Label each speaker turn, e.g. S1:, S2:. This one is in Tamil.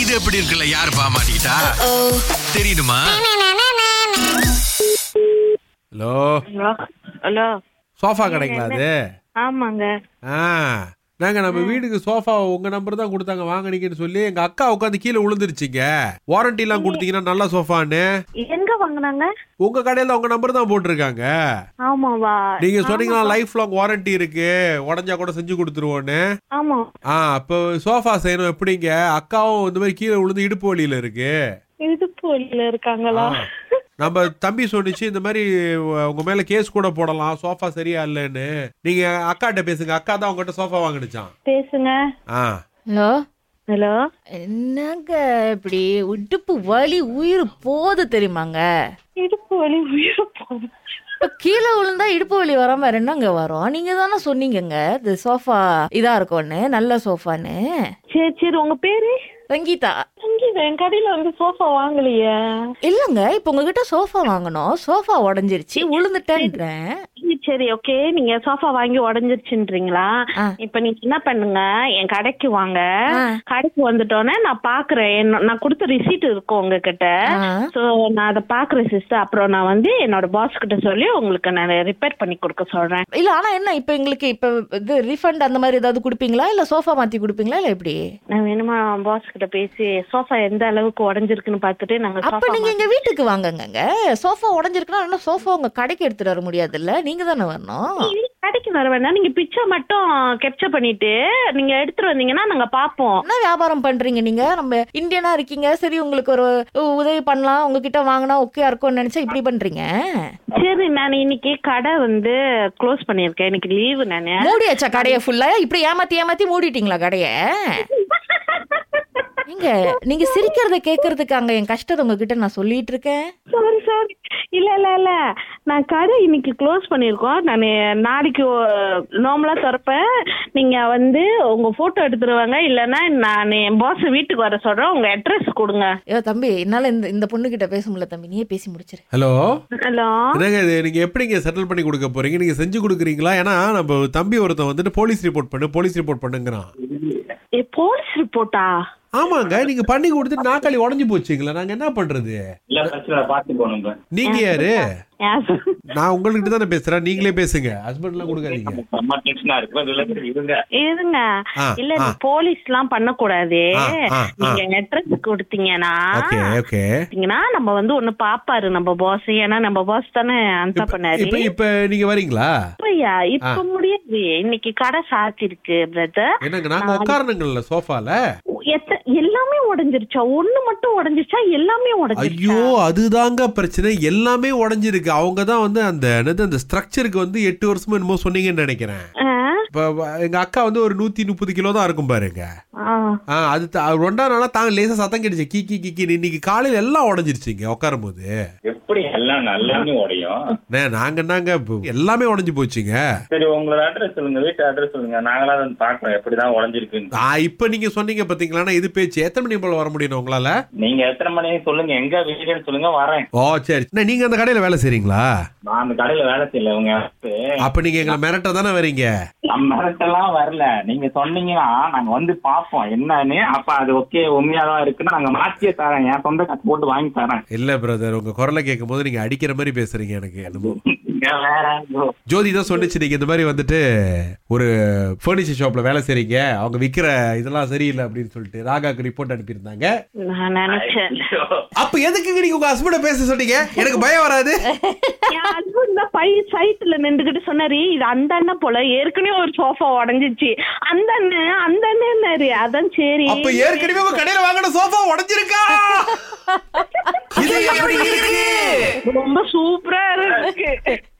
S1: இது எப்படி இருக்குல்ல யாரு பாமாட்டா தெரியுமா
S2: ஹலோ
S3: ஹலோ ஹலோ
S2: சோஃபா கடைங்களா அது
S3: ஆமாங்க
S2: ஆ நாங்க நம்ம வீட்டுக்கு சோஃபா உங்க நம்பர் தான் கொடுத்தாங்க வாங்கினீங்கன்னு சொல்லி எங்க அக்கா உட்காந்து கீழே விழுந்துருச்சுங்க வாரண்டி எல்லாம் கொடுத்தீங்கன்னா நல்ல சோஃபான்னு
S3: எங்க வாங்குனாங்க
S2: உங்க கடையில உங்க நம்பர் தான் போட்டிருக்காங்க
S3: ஆமாவா
S2: நீங்க சொன்னீங்களா லைஃப் லாங் வாரண்டி இருக்கு உடஞ்சா கூட செஞ்சு கொடுத்துருவோன்னு
S3: ஆமா
S2: ஆ அப்போ சோஃபா செய்யணும் எப்படிங்க அக்காவும் இந்த மாதிரி கீழே விழுந்து இடுப்பு வலியில இருக்கு
S3: இது போல இருக்காங்களா
S2: நம்ம தம்பி சொன்னிச்சு இந்த மாதிரி உ- உங்க மேல கேஸ் கூட போடலாம் சோஃபா சரியா இல்லைன்னு நீங்க அக்காட்ட பேசுங்க அக்கா தான் உங்ககிட்ட சோஃபா வாங்கினுச்சான்
S3: பேசுங்க
S2: ஆ
S4: ஹலோ
S3: ஹலோ
S4: என்னங்க இப்படி இடுப்பு வலி உயிர் போது தெரியுமாங்க
S3: இடுப்பு வலி உயிர் போகுது
S4: இப்ப கீழே விழுந்தா இடுப்பு வலி வராம வேற என்னங்க வரும் நீங்க தானே சொன்னீங்கங்க இது சோஃபா இதா இருக்கும்னு நல்ல சோஃபான்னு
S3: சரி சரி உங்க பேரு
S4: ரங்கீதா
S3: தங்கி என் கடையில வந்து சோஃபா வாங்கலையே
S4: இல்லங்க இப்ப உங்ககிட்ட சோஃபா வாங்கணும் சோஃபா உடஞ்சிருச்சு விழுந்துட்டேன்றேன்
S3: சரி, சரி ஓகே நீங்க சோஃபா வாங்கி உடஞ்சிருச்சுன்றீங்களா
S4: ஆ.
S3: இப்ப நீங்க என்ன பண்ணுங்க என் கடைக்கு வாங்க
S4: ஆ.
S3: கடைக்கு வந்துட்டோன்னே நான் பாக்குறேன் என்ன- நான் கொடுத்த ரிசீட் இருக்கும் உங்ககிட்ட
S4: ஆ.
S3: சோ நான் அதை பாக்குறேன் சிஸ்டர் அப்புறம் நான் வந்து என்னோட பாஸ் கிட்ட சொல்லி உங்களுக்கு நான் ரிப்பேர் பண்ணி கொடுக்க சொல்றேன்
S4: இல்ல ஆனா என்ன இப்ப எங்களுக்கு இப்ப இது ரீஃபண்ட் அந்த மாதிரி ஏதாவது கொடுப்பீங்களா இல்ல சோஃபா மாத்தி கொடுப்பீங்களா இல்ல எப்படி
S3: நான் வேணுமா பாஸ் கிட்ட பேசி சோஃபா எந்த அளவுக்கு உடஞ்சிருக்குன்னு பார்த்துட்டு நாங்க
S4: அப்ப
S3: சோஃபா
S4: நீங்க
S3: மாத்தி-
S4: எங்க வீட்டுக்கு வாங்குங்கங்க சோஃபா உடஞ்சிருக்குன்னா என்ன சோஃபா உங்க கடைக்கு எடுத்துட்டு வர முடியாதுல்ல நீங்க தானே வரணும்
S3: நீங்க கடைக்கு வர வேண்டாம் நீங்க பிக்சர் மட்டும் கேப்சர் பண்ணிட்டு நீங்க எடுத்துட்டு வந்தீங்கன்னா நாங்க பாப்போம்
S4: என்ன வியாபாரம் பண்றீங்க நீங்க நம்ம இந்தியனா இருக்கீங்க சரி உங்களுக்கு ஒரு உ- உதவி பண்ணலாம் உங்ககிட்ட வாங்கினா ஓகே இருக்கும்னு நினைச்சா இப்படி பண்றீங்க
S3: சரி நான் இன்னைக்கு கடை வந்து க்ளோஸ் பண்ணிருக்கேன் இன்னைக்கு லீவு நானு
S4: மூடியாச்சா கடைய ஃபுல்லா இப்படி ஏமாத்தி ஏமாத்தி மூடிட்டீங்களா கடைய நீங்க நீங்க சிரிக்கிறத கேக்குறதுக்கு அங்க என் கஷ்டத்தை உங்ககிட்ட நான் சொல்லிட்டு இருக்கேன்
S3: சாரி சாரி இல்ல இல்ல இல்ல நான் கடை இன்னைக்கு க்ளோஸ் பண்ணிருக்கோம் நான் நாளைக்கு நார்மலா திறப்பேன் நீங்க வந்து உங்க போட்டோ எடுத்துட்டு வாங்க இல்லைன்னா நான் என் பாஸ் வீட்டுக்கு வர சொல்றேன் உங்க அட்ரஸ் கொடுங்க
S4: ஐயோ தம்பி என்னால இந்த இந்த பொண்ணு கிட்ட பேச முடியல தம்பி நீயே பேசி முடிச்சிரு
S2: ஹலோ
S3: ஹலோ
S2: என்னங்க இது நீங்க எப்படிங்க செட்டில் பண்ணி கொடுக்க போறீங்க நீங்க செஞ்சு கொடுக்குறீங்களா ஏன்னா நம்ம தம்பி ஒருத்தன் வந்துட்டு போலீஸ் ரிப்போர்ட் பண்ணு போலீஸ் ரிப்போர்ட் பண்ணுங்கிறான்
S3: போலீஸ் ரிப்போர்ட்டா
S2: ஆமாங்க நீங்க பண்ணி கொடுத்துட்டு நாக்காளி உடஞ்சு போச்சுங்களா நாங்க என்ன பண்றது
S5: இல்ல பிரச்சனை இல்ல, பாத்து போனோம்
S2: நீங்க யாரு நான் உங்கள்கிட்ட தானே பேசுறேன் நீங்களே பேசுங்க ஹஸ்பண்ட் எல்லாம் கொடுக்காதீங்க
S5: செம்ம டென்ஷனா இருக்கு ரிலேட்டிவ் இருங்க
S3: இருங்க
S2: ஆ,
S3: இல்ல
S2: ஆ.
S3: போலீஸ் எல்லாம் பண்ணக்கூடாது
S2: ஆ, ஆ, ஆ.
S3: நீங்க அட்ரஸ் கொடுத்தீங்கன்னா
S2: ஓகே ஓகே
S3: பாத்தீங்கன்னா நம்ம வந்து ஒண்ணு பாப்பாரு நம்ம பாஸ் ஏன்னா நம்ம பாஸ் தானே ஆன்சர் பண்ணாரு
S2: இப்ப இப்ப நீங்க வரீங்களா
S3: இப்பயா இப்ப முடியாது இன்னைக்கு கடை சாத்திருக்கு பிரதர்
S2: என்னங்க நாங்க உட்காரணுங்கள்ல சோஃபால
S3: எத்த எல்லாமே உடைஞ்சிருச்சா ஒண்ணு மட்டும் உடைஞ்சிருச்சா எல்லாமே
S2: ஐயோ
S3: உடைஞ்சிருச்சா
S2: அதுதாங்க பிரச்சனை எல்லாமே உடஞ்சிருக்கு அவங்க தான் வந்து அந்த என்னது அந்த ஸ்ட்ரக்சருக்கு வந்து எட்டு வருஷமா என்னமோ சொன்னீங்கன்னு நினைக்கிறேன்
S3: ஆ,
S2: இப்ப வ- எங்க அக்கா வந்து ஒரு நூத்தி முப்பது கிலோ தான் இருக்கும் பாருங்க
S3: ஆ.
S2: ஆ, அது த- அது ரெண்டா நாளா தாங்க லேசா சத்தம் கிடைச்சு கி கி கி இன்னைக்கு காலையில எல்லாம் உடஞ்சிருச்சுங்க உட்காரும் போது
S5: எப்படி எல்லாம் நல்லாமே உடையும்
S2: நாங்க என்னங்க இப்ப எல்லாமே உடஞ்சு போச்சுங்க
S5: சரி உங்களோட அட்ரஸ் சொல்லுங்க வீட்டு அட்ரஸ் சொல்லுங்க நாங்களா வந்து பாக்குறோம் எப்படிதான் உடஞ்சிருக்குன்னு
S2: ஆ, இப்ப நீங்க சொன்னீங்க பாத்தீங்களா இது பேச்சு எத்தனை மணி போல வர முடியும் உங்களால
S5: நீங்க எத்தனை மணிக்கு சொல்லுங்க எங்க வீடுன்னு சொல்லுங்க வரேன்
S2: ஓ சரி அண்ணா, நீங்க அந்த கடையில வேலை செய்றீங்களா
S5: நான் அந்த கடையில வேலை செய்யல உங்க
S2: அப்ப நீங்க எங்களை மிரட்ட தானே வரீங்க
S5: நம்ம மிரட்டெல்லாம் வரல நீங்க சொன்னீங்கன்னா நாங்க வந்து பாப்போம் என்னன்னு அப்ப அது ஓகே உண்மையாதான் இருக்குன்னா நாங்க மாத்தியே தரேன் என் சொந்த காசு போட்டு வாங்கி தரேன்
S2: இல்ல பிரதர் உங்க குரலை கேட்கும் போது நீங்க அடிக்கிற மாதிரி பேசுறீங்க எனக்கு என்னமோ
S5: நீங்க வேற bro.
S2: ஜோதி தான் சொன்னிச்சு நீங்க இந்த மாதிரி வந்துட்டு ஒரு ஃபர்னிச்சர் ஷாப்ல வேலை செய்றீங்க அவங்க விக்கிற இதெல்லாம் சரியில்லை அப்படின்னு சொல்லிட்டு ராகாக்கு ரிப்போர்ட் அனுப்பியிருந்தாங்க
S3: நான் நினைச்சேன்
S2: அப்ப எதுக்குங்க நீங்க உங்க ஹஸ்பண்ட பேச சொன்னீங்க எனக்கு பயம் வராது
S3: என் husband தான் பை சைட்ல நின்றுகிட்டு சொன்னாரு இது அந்த அண்ணன் போல ஏற்கனவே ஒரு சோஃபா உடைஞ்சிருச்சு அந்த அண்ணன் அந்த அண்ணன்னாரு அதான் சரி
S2: அப்ப ஏற்கனவே உங்க கடையில வாங்கின சோஃபா உடைஞ்சிருக்கா இது எப்படி இருக்கு
S3: ரொம்ப சூப்பரா இருக்கு